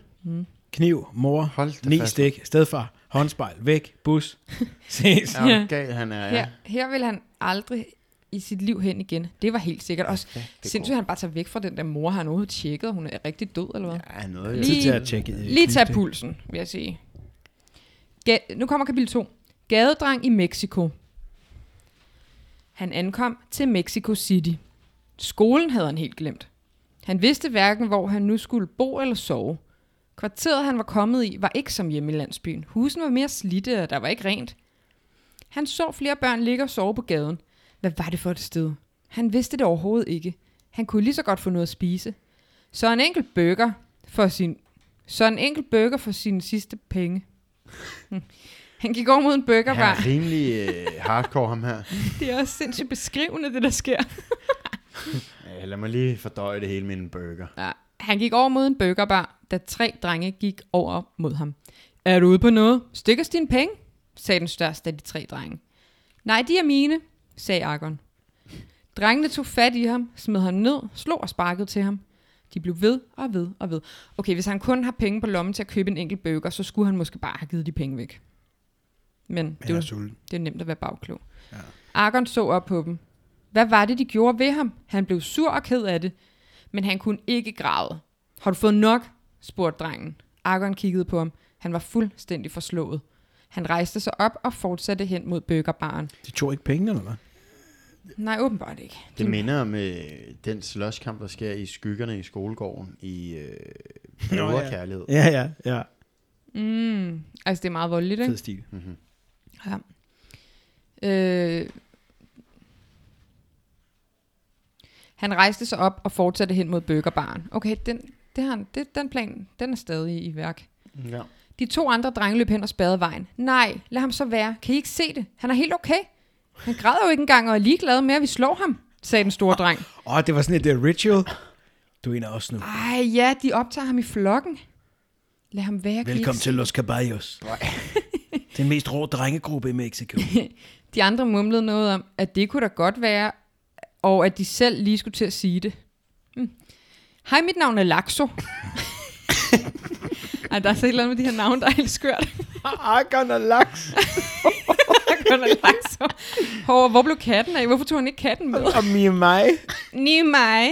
S2: Kniv, mor,
S3: Hold da
S2: ni
S3: fast.
S2: stik, stedfar, håndspejl, væk, bus. Ses.
S3: Ja,
S1: Ja.
S3: hvor gal han er,
S1: Her,
S3: ja.
S1: her ville han aldrig i sit liv hen igen. Det var helt sikkert. Også ja, sindssygt, at han bare tager væk fra den der mor, har han overhovedet tjekket, og hun er rigtig død, eller hvad?
S3: Ja, noget jo.
S1: Lige-
S2: Tid til at tjekke. øh,
S1: Lige tage
S2: knivstik.
S1: pulsen, vil jeg sige. Ga- nu kommer kapitel 2. Gadedreng i Mexico. Han ankom til Mexico City. Skolen havde han helt glemt. Han vidste hverken, hvor han nu skulle bo eller sove. Kvarteret, han var kommet i, var ikke som hjemme i landsbyen. Husen var mere slidte, og der var ikke rent. Han så flere børn ligge og sove på gaden. Hvad var det for et sted? Han vidste det overhovedet ikke. Han kunne lige så godt få noget at spise. Så en enkelt burger for sin så en enkelt burger for sine sidste penge. Hm. Han gik over mod en
S3: Han er
S1: burgerbar.
S3: rimelig øh, hardcore, ham her.
S1: Det er også sindssygt beskrivende, det der sker.
S3: Ja, lad mig lige fordøje det hele med en burger.
S1: Ja. Han gik over mod en burgerbar, da tre drenge gik over mod ham. Er du ude på noget? Stik os dine penge, sagde den største af de tre drenge. Nej, de er mine, sagde Argon. Drengene tog fat i ham, smed ham ned, slog og sparkede til ham. De blev ved og ved og ved. Okay, hvis han kun har penge på lommen til at købe en enkelt burger, så skulle han måske bare have givet de penge væk. Men
S2: Men
S1: det
S2: jeg
S1: var
S2: er sulten.
S1: Det er nemt at være bagklog.
S2: Ja.
S1: Ja. Argon så op på dem. Hvad var det, de gjorde ved ham? Han blev sur og ked af det, men han kunne ikke græde. Har du fået nok? spurgte drengen. Argon kiggede på ham. Han var fuldstændig forslået. Han rejste sig op og fortsatte hen mod burgerbaren.
S2: De tog ikke pengene, eller hvad?
S1: Nej, åbenbart ikke.
S3: Det minder om øh, den slåskamp, der sker i skyggerne i skolegården i øh, Kærlighed.
S2: Ja, ja, ja.
S1: Mm, altså, det er meget voldeligt,
S2: Fed
S1: ikke?
S2: stil.
S3: Mm-hmm.
S1: Ja. Øh, han rejste sig op og fortsatte hen mod burgerbaren. Okay, den, det har, han- det, den plan, den er stadig i værk.
S3: Ja.
S1: De to andre drenge løb hen og spadede vejen. Nej, lad ham så være. Kan I ikke se det? Han er helt okay. Han græder jo ikke engang og er ligeglad med, at vi slår ham, sagde den store dreng.
S2: Åh, det var sådan et uh, ritual. Du er en af os nu.
S1: Ej ja, de optager ham i flokken. Lad ham være. kan I ikke
S2: Velkommen
S1: se
S2: til Los Caballos. Den mest rå drengegruppe i Mexico.
S1: De andre mumlede noget om, at det kunne da godt være, og at de selv lige skulle til at sige det. Hmm. Hej, mit navn er Laxo. Ej, der er så et eller andet med de her navne, der er helt skørt.
S2: Akkerne laks.
S1: Kun er Laxo. Hvor, hvor blev katten af? Hvorfor tog han ikke katten med?
S2: Og Mia Mai.
S1: Ni mig.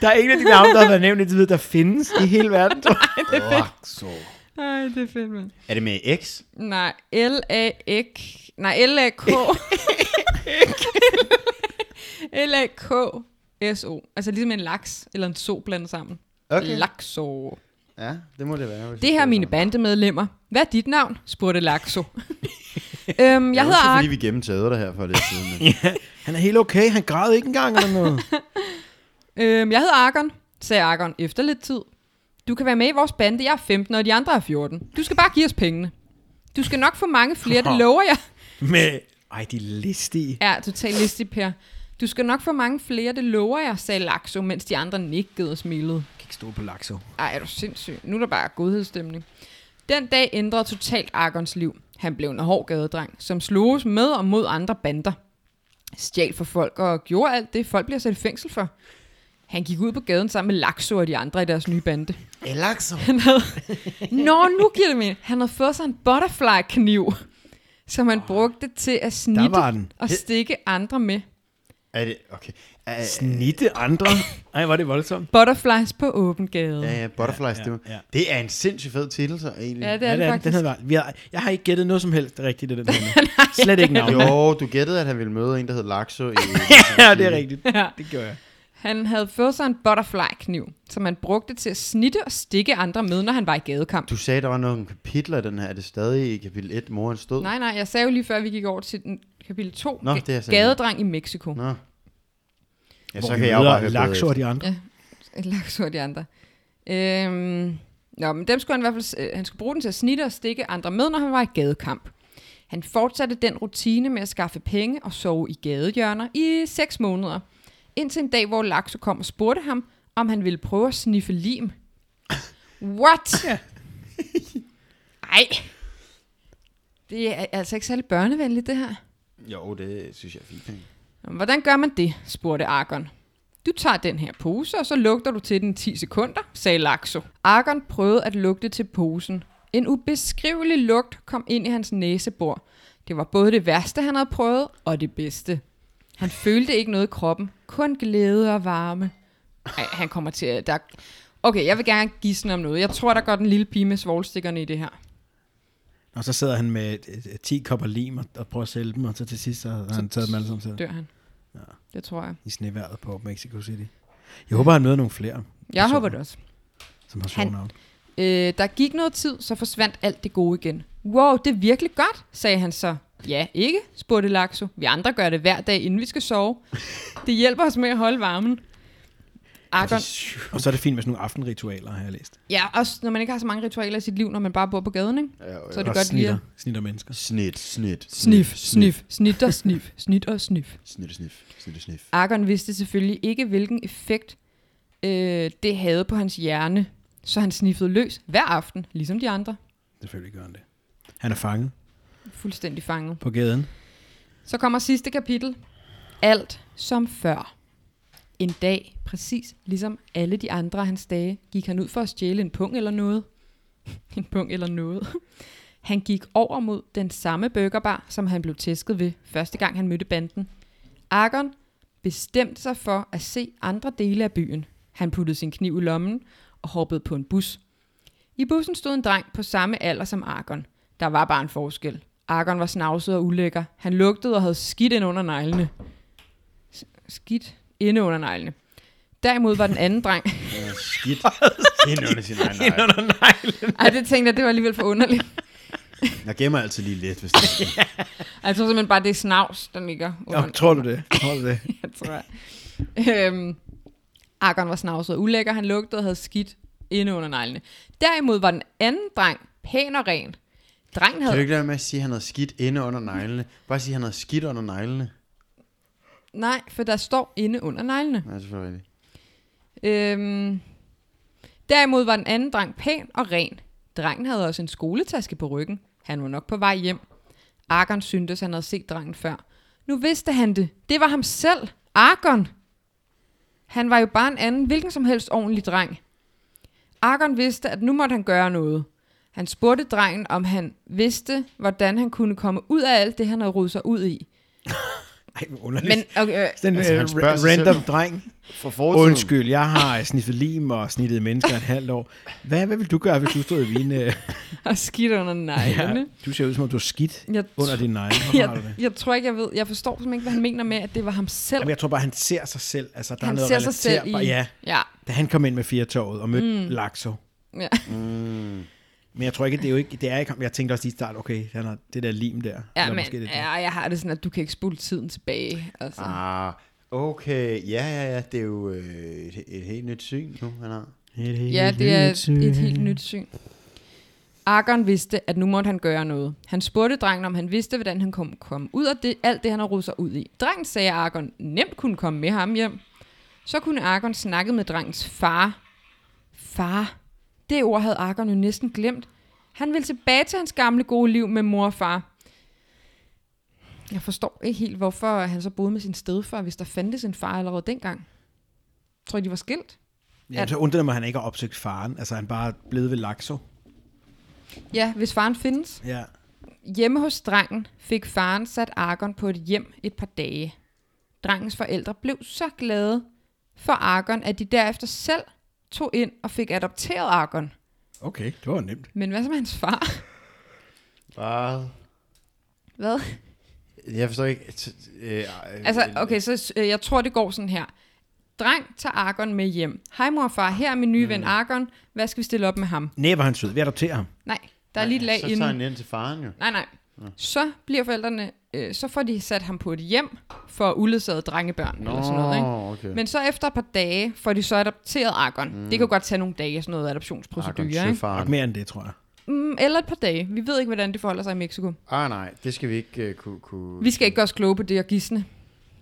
S2: Der er ingen af de navne, der har været nævnt indtil videre, der findes i hele verden. tror jeg.
S3: Så.
S1: Ej, det er fedt, mand.
S3: Er det med X?
S1: Nej, L-A-K... Nej, L-A-K... L-A-K-S-O. Altså ligesom en laks eller en so blandet sammen.
S3: Okay.
S1: Lakso.
S3: Ja, det må det være. hvis
S1: Det her er mine
S3: sådan.
S1: bandemedlemmer. Hvad er dit navn? spurgte Lakso. øhm, jeg hedder
S3: husker,
S1: Ark.
S3: fordi vi gennemtagede det her for lidt siden. men-
S2: Han er helt okay. Han græd ikke engang eller noget.
S1: Øhm, jeg hedder Argon, sagde Argon efter lidt tid. Du kan være med i vores bande. Jeg er 15, og de andre er 14. Du skal bare give os pengene. Du skal nok få mange flere, det lover jeg.
S2: Med... Ej, de er listige.
S1: Ja, totalt listig, Per. Du skal nok få mange flere, det lover jeg, sagde Laxo, mens de andre nikkede og smilede.
S2: Jeg kan ikke stå på lakso.
S1: Ej, er du sindssyg. Nu er der bare godhedsstemning. Den dag ændrede totalt Argons liv. Han blev en hård gadedreng, som sloges med og mod andre bander. Stjal for folk og gjorde alt det, folk bliver sat i fængsel for. Han gik ud på gaden sammen med Laxo og de andre i deres nye bande.
S3: Elakso.
S1: Nå, nu giver det mening. Han havde fået sig en butterfly-kniv, som han brugte til at
S2: Ah. Der
S1: snitte
S2: var den.
S1: og stikke andre med.
S3: Er det, okay. Er,
S2: Snitte andre? Ej, var det voldsomt.
S1: Butterflies på åben gade.
S3: ja, ja, Butterflies, ja, ja, ja. det er en sindssygt fed titel, så egentlig.
S1: ja det
S2: Ja,
S1: er
S2: det er, det. den
S1: faktisk.
S2: havde, været- vi har, jeg har ikke gættet noget som helst rigtigt i den her. Slet ikke navnet.
S3: Jo, du gættede, at han ville møde en, der hed Laxo. I,
S2: ja, det er rigtigt.
S1: Ja.
S2: Det gjorde jeg.
S1: Han havde fået sig en butterfly-kniv, som han brugte til at snitte og stikke andre med, når han var i gadekamp.
S3: Du sagde, der var nogle kapitler i den her. Er det stadig i kapitel 1, moren stod?
S1: Nej, nej, jeg sagde jo lige før, vi gik over til den, kapitel 2,
S3: Nå, det er sådan.
S1: gadedreng i Mexico.
S3: Nå. Ja,
S2: Hvor
S3: så
S2: vi
S3: kan jeg jo bare
S2: møder
S3: høre
S2: Laxo
S3: bedre
S2: og de andre.
S1: Et laksur de andre. Øhm, nå, men dem skulle han i hvert fald, s- øh, han skulle bruge den til at snitte og stikke andre med, når han var i gadekamp. Han fortsatte den rutine med at skaffe penge og sove i gadehjørner i 6 måneder. Indtil en dag, hvor Laxo kom og spurgte ham, om han ville prøve at sniffe lim. What? Ej. Det er altså ikke særlig børnevenligt, det her.
S3: efter. Jo, det synes jeg er fint. ikke?
S1: "Nå, men Hvordan gør man det? spurgte Argon. Du tager den her pose, og så lugter du til den 10 sekunder, sagde Laxo. Argon prøvede at lugte til posen. En ubeskrivelig lugt kom ind i hans næsebor. Det var både det værste, han havde prøvet, og det bedste. Han følte ikke noget i kroppen, kun glæde og varme. Ej, han kommer til at... Der... Okay, jeg vil gerne gisne om noget. Jeg tror, der går den lille pige med svoglstikkerne i det her.
S2: Og så sidder han med øh, 10 kopper lim og, og prøver at sælge dem, og så til sidst så har han taget dem alle sammen selv
S1: Dør han. Det tror jeg.
S2: i sneværet på Mexico City. Jeg håber, han møder nogle flere,
S1: Jeg
S2: sjovt.
S1: håber det også.
S2: som har sjovt
S1: Han-
S2: navn.
S1: Øh, der gik noget tid, så forsvandt alt det gode igen. Wow, det er virkelig godt, sagde han så. Ja, ikke, spurgte Laxo. Vi andre gør det hver dag, inden vi skal sove. Det hjælper os med at holde varmen. Argon,
S2: Og så er det fint med sådan nogle aftenritualer, har jeg læst.
S1: ja, også når man ikke har så mange ritualer i sit liv, når man bare bor på gaden, ikke?
S3: Ja, jo, jo.
S1: Så er det
S2: og
S1: godt lige
S2: snitter,
S1: at...
S2: snitter mennesker.
S3: Snit, snit.
S1: Snif, snif, snit og snif, snit og snif.
S3: Snit, snif, snit, snif.
S1: Argon vidste selvfølgelig ikke, hvilken effekt øh, det havde på hans hjerne, så han sniffede løs hver aften, ligesom de andre.
S2: Selvfølgelig gør han det. Han er fanget
S1: Fuldstændig fanget.
S2: på gaden.
S1: Så kommer sidste kapitel. Alt som før. En dag, præcis ligesom alle de andre af hans dage, gik han ud for at stjæle en pung eller noget. en pung eller noget. Han gik over mod den samme burgerbar, som han blev tæsket ved, første gang han mødte banden. Argon bestemte sig for at se andre dele af byen. Han puttede sin kniv i lommen og hoppede på en bus. I bussen stod en dreng på samme alder som Argon. Der var bare en forskel. Argon var snavset og ulækker. Han lugtede og havde skidt ind under neglene. S- skidt inde under neglene. Derimod var den anden dreng...
S3: Ja, skidt. Ind under sin egen nej.
S1: Ej, det tænkte jeg, det var alligevel for underligt.
S3: Jeg gemmer altid lige lidt, hvis det er.
S1: Altså simpelthen bare det er snavs, der ligger under
S2: Oh, tror du det? Tror du det?
S1: jeg tror jeg. Øhm, Argon var snavset og ulækker. Han lugtede og havde skidt inde under neglene. Derimod var den anden dreng pæn og ren. Drengen
S3: Kan du
S1: havde...
S3: ikke lade være med at sige, at han havde skidt inde under neglene? Bare sige, at han havde skidt under neglene.
S1: Nej, for der står inde under neglene.
S3: Nej, selvfølgelig rigtigt.
S1: Øhm, derimod var den anden dreng pæn og ren. Drengen havde også en skoletaske på ryggen. Han var nok på vej hjem. Argon syntes, han havde set drengen før. Nu vidste han det. Det var ham selv. Argon. Han var jo bare en anden, hvilken som helst ordentlig dreng. Argon vidste, at nu måtte han gøre noget. Han spurgte drengen, om han vidste, hvordan han kunne komme ud af alt det, han havde rodet sig ud i.
S2: Ej, hvor underligt.
S1: Men,
S2: Men,
S1: okay, øh,
S2: den
S3: Altså,
S2: altså,
S3: han spørger sig
S2: random dreng.
S3: For fortiden.
S2: Undskyld, jeg har sniffet lim og snittet mennesker et halvt år. Hvad, hvad vil du gøre, hvis du stod i øh, vine?
S1: og skidt under neglene.
S2: Du ser ud som om, du er skidt
S1: Jeg
S2: under din negle. Hvorfor har du
S1: jeg,
S2: det?
S1: jeg tror ikke, jeg ved. Jeg forstår simpelthen ikke, hvad han mener med, at det var ham selv.
S2: Jamen, jeg tror bare, han ser sig selv. Altså, der er
S1: han
S2: noget
S1: ser sig selv i...
S2: relaterbart. Ja,
S1: ja.
S2: da han kom ind med firetoget og mødte mm. Laxo.
S1: ja.
S2: Men jeg tror ikke, det er jo ikke, det er ikke, ham. jeg tænkte også lige i start, okay, han har det der lim der.
S1: ja
S2: Eller
S1: men
S2: måske det er det.
S1: ja, jeg har det sådan, at du kan ikke spole tiden tilbage. Altså. Ah.
S3: Ah, okay. Ja, ja, ja. Det er jo øh, et, et helt nyt syn nu, han har.
S2: Et helt
S1: Ja, det er
S2: nyt-
S1: et helt nyt syn. Argon vidste, at nu måtte han gøre noget. Han spurgte drengen, om han vidste, hvordan han kom, kom ud af det, alt det, han har rodet sig ud i. Drengen sagde, at Argon nemt kunne komme med ham hjem. Så kunne Argon snakke med drengens far. Far. Det ord havde Argon jo næsten glemt. Han ville tilbage til hans gamle gode liv med mor og far. Jeg forstår ikke helt, hvorfor han så boede med sin stedfar, hvis der fandtes en far allerede dengang. Tror I, de var skilt?
S2: Ja, så undrer det mig, at han ikke har opsøgt faren. Altså, han bare er blevet ved Laxo.
S1: Ja, hvis faren findes.
S2: Ja.
S1: Hjemme hos drengen fik faren sat Argon på et hjem et par dage. Drengens forældre blev så glade for Argon, at de derefter selv tog ind og fik adopteret Argon.
S2: Okay, det var nemt.
S1: Men hvad så med hans far?
S3: Bare...
S1: Hvad?
S3: Jeg forstår ikke... T- øh,
S1: Altså, okay, så øh, jeg tror, det går sådan her. Dreng tager Argon med hjem. Hej mor og far, her er min nye ven Argon. Hvad skal vi stille op med ham?
S2: Næh, var han sød. Vi adopterer ham.
S1: Nej, der er lige et lag
S3: Så
S1: inden.
S3: tager han ind til faren jo.
S1: Nej, nej. Så bliver forældrene, øh, så får de sat ham på et hjem for uledsagede drengebørn Nå, eller sådan noget, ikke?
S3: okay.
S1: Men så efter et par dage får de så adopteret Argon. Mm. Det kan jo godt tage nogle dage, sådan noget adoptionsprocedurer, ikke?
S2: Nok
S3: ikke?
S2: mere end det, tror jeg.
S1: Mm, eller et par dage. Vi ved ikke, hvordan det forholder sig i Mexico.
S3: Ah, nej, det skal vi ikke uh, kunne... kunne...
S1: Vi skal ikke gøre os kloge på det og gisne.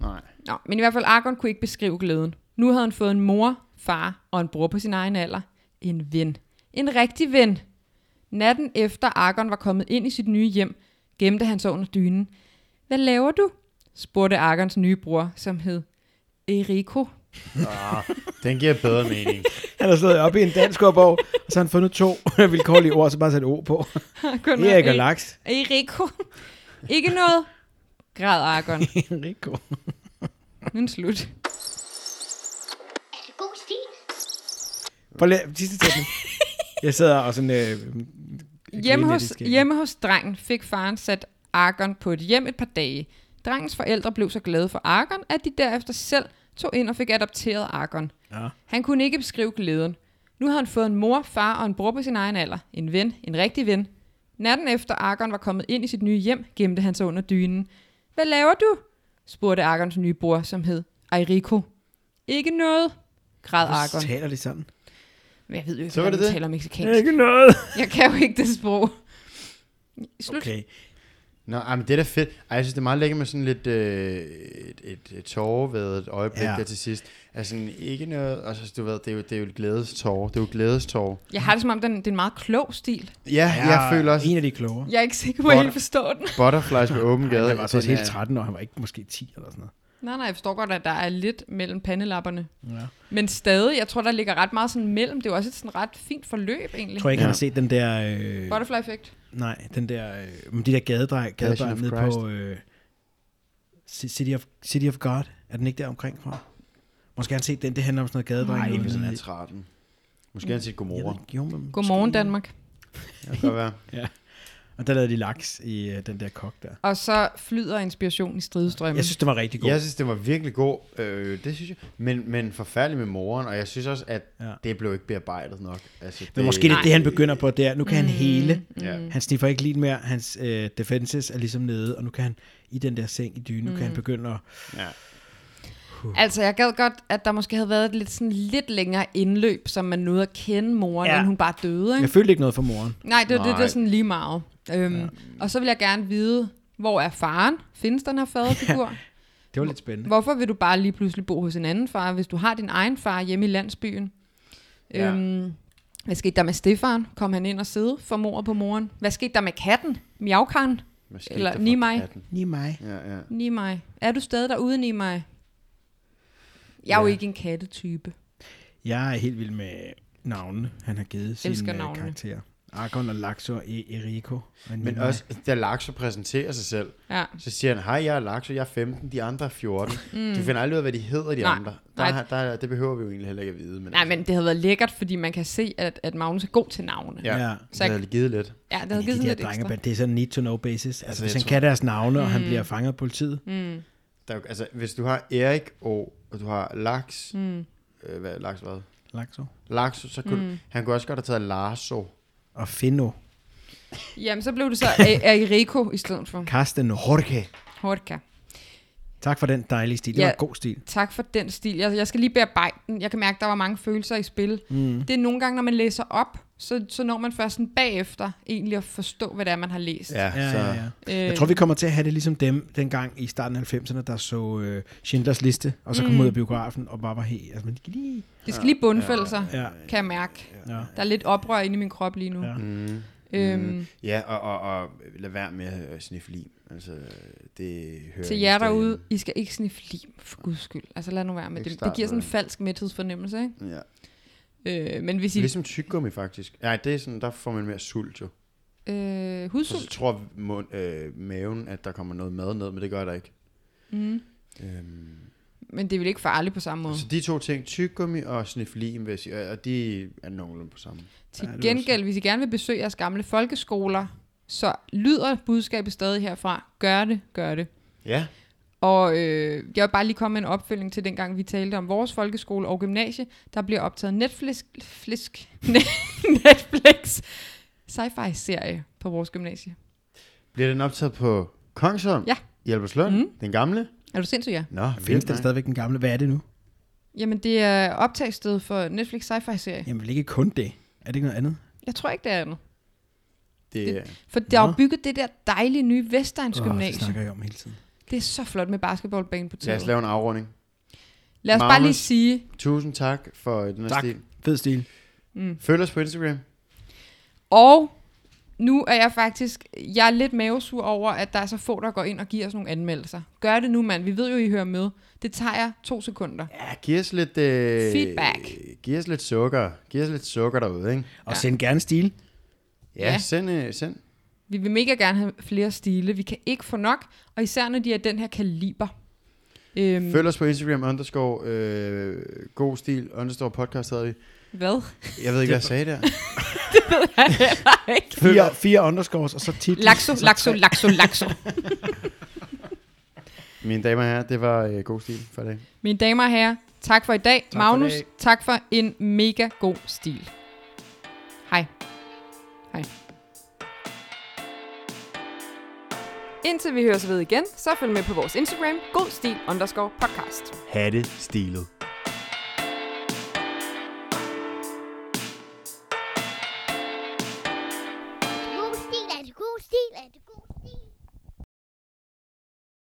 S3: Nej.
S1: Nå, men i hvert fald Argon kunne ikke beskrive glæden. Nu havde han fået en mor, far og en bror på sin egen alder. En ven. En rigtig ven. Natten efter Argon var kommet ind i sit nye hjem, gemte han sig under dynen. Hvad laver du? spurgte Argons nye bror, som hed Eriko.
S3: Den giver bedre mening.
S2: Han har slået op i en dansk ordbog, og så har han fundet to vilkårlige ord, og så bare sat O på.
S1: Kun
S2: Erik og
S1: E-
S2: laks.
S1: Eriko. Ikke noget, græd Argon.
S2: Rico.
S1: Nu er den slut.
S4: Er det god stil?
S2: Prøv lige, sidste sætning. Jeg sidder og sådan... Øh,
S1: Hjemme
S2: griner,
S1: hos,
S2: det skal.
S1: hjemme hos drengen fik faren sat Argon på et hjem et par dage. Drengens forældre blev så glade for Argon, at de derefter selv tog ind og fik adopteret Argon.
S2: Ja.
S1: Han kunne ikke beskrive glæden. Nu havde han fået en mor, far og en bror på sin egen alder. En ven, en rigtig ven. Natten efter Argon var kommet ind i sit nye hjem, gemte han sig under dynen. Hvad laver du? spurgte Argons nye bror, som hed Eirico. Ikke noget, græd
S2: Hvorfor
S1: Argon.
S2: taler de sådan?
S1: Men jeg ved jo ikke,
S3: Så var
S1: hvordan
S3: det
S1: man
S3: det.
S1: taler mexicansk.
S2: Ikke noget.
S1: Jeg kan jo ikke det sprog. Slut.
S2: Okay.
S3: Nå, ej, men det er da fedt. Ej, jeg synes, det er meget lækkert med sådan lidt øh, et, et, et tårervædet øjeblik
S2: Ja.
S3: ja. der til sidst. Altså sådan, ikke noget... Altså, du ved, det er jo, det er jo et glædestår. Det er jo et glædestår.
S1: Jeg har det som om, den, det er en meget klog stil.
S3: Ja, ja, jeg føler også
S2: En af de klogere.
S1: Jeg er ikke sikker på, at jeg helt forstår den.
S3: Butterflies med åben gade.
S2: Han var så også
S3: Den
S2: helt
S3: er-
S2: 13 år, han var ikke måske 10 eller sådan noget.
S1: Nej, nej, jeg forstår godt, at der er lidt mellem pandelapperne.
S2: Ja.
S1: Men stadig, jeg tror, der ligger ret meget sådan mellem. Det er jo også et sådan ret fint forløb, egentlig.
S2: Jeg tror ikke, han
S3: Ja.
S2: har set den der... Øh,
S1: Butterfly Effect.
S2: nej, den der... Øh, men de der gadedrej, gadebørn
S3: of
S2: nede
S3: Christ.
S2: på... Øh, Ci- City, of, City of God. Er den ikke der omkring fra? Måske har han set den. Det handler om sådan noget gadedrej.
S3: Nej,
S2: noget
S3: hvis han er
S2: nede i-
S3: 13. Måske har han sit
S2: Jeg ved
S3: godmorgen.
S2: ikke, Jo, men
S1: Godmorgen,
S2: måske.
S1: Danmark.
S3: Det kan godt være.
S2: Og der lavede de laks i øh, den der kok der.
S1: Og så flyder inspiration i stridestrømmen.
S2: Jeg synes, det var rigtig godt.
S3: Jeg synes, det var virkelig god. Øh, det synes jeg. Men, men forfærdelig med moren, og jeg synes også, at
S2: Ja.
S3: ja. det blev ikke bearbejdet nok. Altså,
S2: Men måske det er det, han begynder på der. Nu kan han
S1: Mm.
S2: hele.
S3: Ja.
S2: Han sniffer ikke lige mere. Hans øh, defenses er ligesom nede, og nu kan han i den der seng i dynen, nu kan han
S1: Mm.
S2: begynde at...
S3: Ja.
S1: Altså, jeg gad godt, at der måske havde været et lidt, sådan, lidt længere indløb, som man nåede at kende moren,
S2: Ja.
S1: ja. inden hun bare døde. Ikke?
S2: Jeg følte ikke noget for moren.
S1: Nej, det, det, det
S3: Nej.
S1: er sådan lige meget. Øhm, ja. Og så vil jeg gerne vide, hvor er faren? Findes den her faderfigur? Ja.
S2: Det var lidt spændende.
S1: Hvorfor vil du bare lige pludselig bo hos en anden far, hvis du har din egen far hjemme i landsbyen?
S3: Ja.
S1: Ja. Øhm, hvad skete der med Stefan? Kom han ind og sidde for mor på moren? Hvad skete der med katten? Miaukan?
S3: Måske
S1: Eller
S3: der får
S1: Nimai.
S3: katten.
S2: Lige mig.
S3: Ja, ja.
S1: Nimai. Er du stadig derude, Nimai? Jeg er jo
S2: Ja.
S1: ikke en kattetype.
S2: Jeg er helt vild med navnene, han har givet
S1: Elsker
S2: sine øh,
S1: navnene.
S2: karakterer. Argon og Laxo og e- Eriko. og en
S3: Men
S2: Nima.
S3: også, da Laxo præsenterer sig selv,
S1: Ja.
S3: så siger han, hej, jeg er Laxo, jeg er 15, de andre er 14. Mm. Du finder aldrig ud af, hvad de hedder, de
S1: Nej.
S3: andre. Der,
S1: Nej.
S3: er- der, er- det behøver vi jo egentlig heller ikke at vide. Men altså-
S1: Nej, men det havde været lækkert, fordi man kan se, at, at Magnus er god til navne.
S3: Ja,
S2: Ja.
S3: ja.
S1: Så
S3: Så
S1: jeg-
S3: jeg... det givet lidt.
S1: ja det
S2: Men
S1: havde
S2: det, er
S1: givet
S2: de
S1: sådan
S2: her
S1: lidt ekstra. Mm.
S2: drengeband, det er sådan need to know basis. Altså, hvis
S3: jeg
S2: han
S3: tror-
S2: kan deres navne, og han bliver fanget af politiet.
S3: Der, er jo- altså, hvis du har Erik og, og du har Lax, mm. øh, hvad, Lax hvad?
S2: Laxo.
S3: Laxo, så kunne, mm. han kunne også godt have taget Larso.
S2: Og Finno.
S1: Jamen, så blev det så A- Eriko i stedet for
S2: Carsteno. Jorge.
S1: Hortka.
S2: Tak for den dejlige stil. Det
S1: Ja.
S2: var en god stil.
S1: Tak for den stil. Jeg, jeg skal lige bearbejde den. Jeg kan mærke, der var mange følelser i spil. Mm. Det er nogle gange, når man læser op, så, så når man først sådan bagefter egentlig at forstå, hvad det er, man har læst.
S3: Ja,
S2: Ja,
S3: så,
S2: ja, ja. Altså, Jeg tror, vi kommer til at have det ligesom dem dengang i starten af 90'erne, der så øh, Schindlers Liste, og så kom ud af biografen og bare var helt... Altså, man gik lige...
S1: Det skal lige bundfælde sig,
S2: Ja,
S1: kan jeg mærke.
S2: ja.
S1: Der er lidt oprør inde i min krop lige nu.
S2: Ja.
S3: Mm.
S1: Øhm,
S3: Ja, og, og, og lad være med at sniffe lim. Altså, det hører
S1: til
S3: ingen
S1: jer
S3: steder
S1: derude, I skal ikke sniffe lim, for guds skyld. Altså lad nu være med
S3: Ikke
S1: det. Det
S3: start
S1: giver sådan en
S3: med det.
S1: falsk mæthedsfornemmelse,
S3: hjemme. Ja.
S1: ikke? Øh, men hvis
S3: Det er
S1: I...
S3: ligesom tyggegummi, faktisk. Nej, det er sådan, der får man mere sult, jo.
S1: Øh,
S3: Så
S1: hudsult.
S3: tror mund, øh, maven, at der kommer noget mad ned, men det gør der ikke.
S1: Mm.
S3: Øhm,
S1: Men det er vel ikke farligt på samme måde.
S3: så de to ting, tyggegummi og sniflin, vil jeg sige, og- og de er nogenlunde på samme.
S1: Til
S2: Ja, det vil jeg
S1: gengæld, hvis I gerne vil besøge jeres gamle folkeskoler, så lyder budskabet stadig herfra. Gør det, gør det.
S3: Ja.
S1: Og øh, jeg vil bare lige komme med en opfølging til dengang, vi talte om vores folkeskole og gymnasie. Der bliver optaget Netflix, flisk, Netflix sci-fi-serie på vores gymnasie.
S3: Bliver den optaget på Kongsholm?
S1: Ja. Mhm.
S3: I Albertslund? Mm. Den gamle?
S1: Er du sindssyg, ja?
S3: Nå,
S2: Findes den
S3: mand.
S2: stadigvæk den gamle? Hvad er det nu?
S1: Jamen, det er optagssted for Netflix sci-fi-serie.
S2: Jamen, vel ikke kun det. Er det ikke noget andet?
S1: Jeg tror ikke, det er andet.
S3: Det, er-
S1: For der er jo bygget det der dejlige nye Vestegns
S2: Åh, det
S1: Gymnasium.
S2: snakker jeg om hele tiden.
S1: det er så flot med basketballbanen på
S3: lad os
S1: taget.
S3: lave en afrunding.
S1: Lad os bare lige
S3: Magnus.
S1: sige,
S3: Tusind tak for øh, den her
S2: Tak.
S3: stil.
S2: Fed stil.
S1: Mm.
S3: Følg os på Instagram.
S1: Og nu er jeg faktisk, jeg er lidt mavesur over, at der er så få, der går ind og giver os nogle anmeldelser. Gør det nu, mand. Vi ved jo, I hører med. Det tager jeg to sekunder.
S3: Ja, giv os lidt... Øh,
S1: Feedback.
S3: Giv os lidt sukker. Giv os lidt sukker derude, ikke?
S2: Og send gerne stil.
S3: Ja,
S1: Ja.
S3: ja. send... Øh, send.
S1: Vi vil mega gerne have flere stile. Vi kan ikke få nok, og især når de er den her kaliber. Øhm,
S3: Følg os på Instagram, underscore, øh, god stil, underscore podcast havde vi.
S1: hvad?
S3: Jeg ved ikke, hvad jeg sagde der.
S2: Fire, fire underscores, og så tit.
S1: Laxo, laxo, laxo, laxo.
S3: Mine damer og herrer, det var øh, god stil for i dag.
S1: Mine damer og herrer, tak for i dag. Tak
S3: for
S1: Magnus,
S3: i dag.
S1: tak for en mega god stil. Hej. Hej.
S5: Indtil vi høres ved igen, så følg med på vores Instagram, godstil underscore podcast.
S3: Ha' det stilet.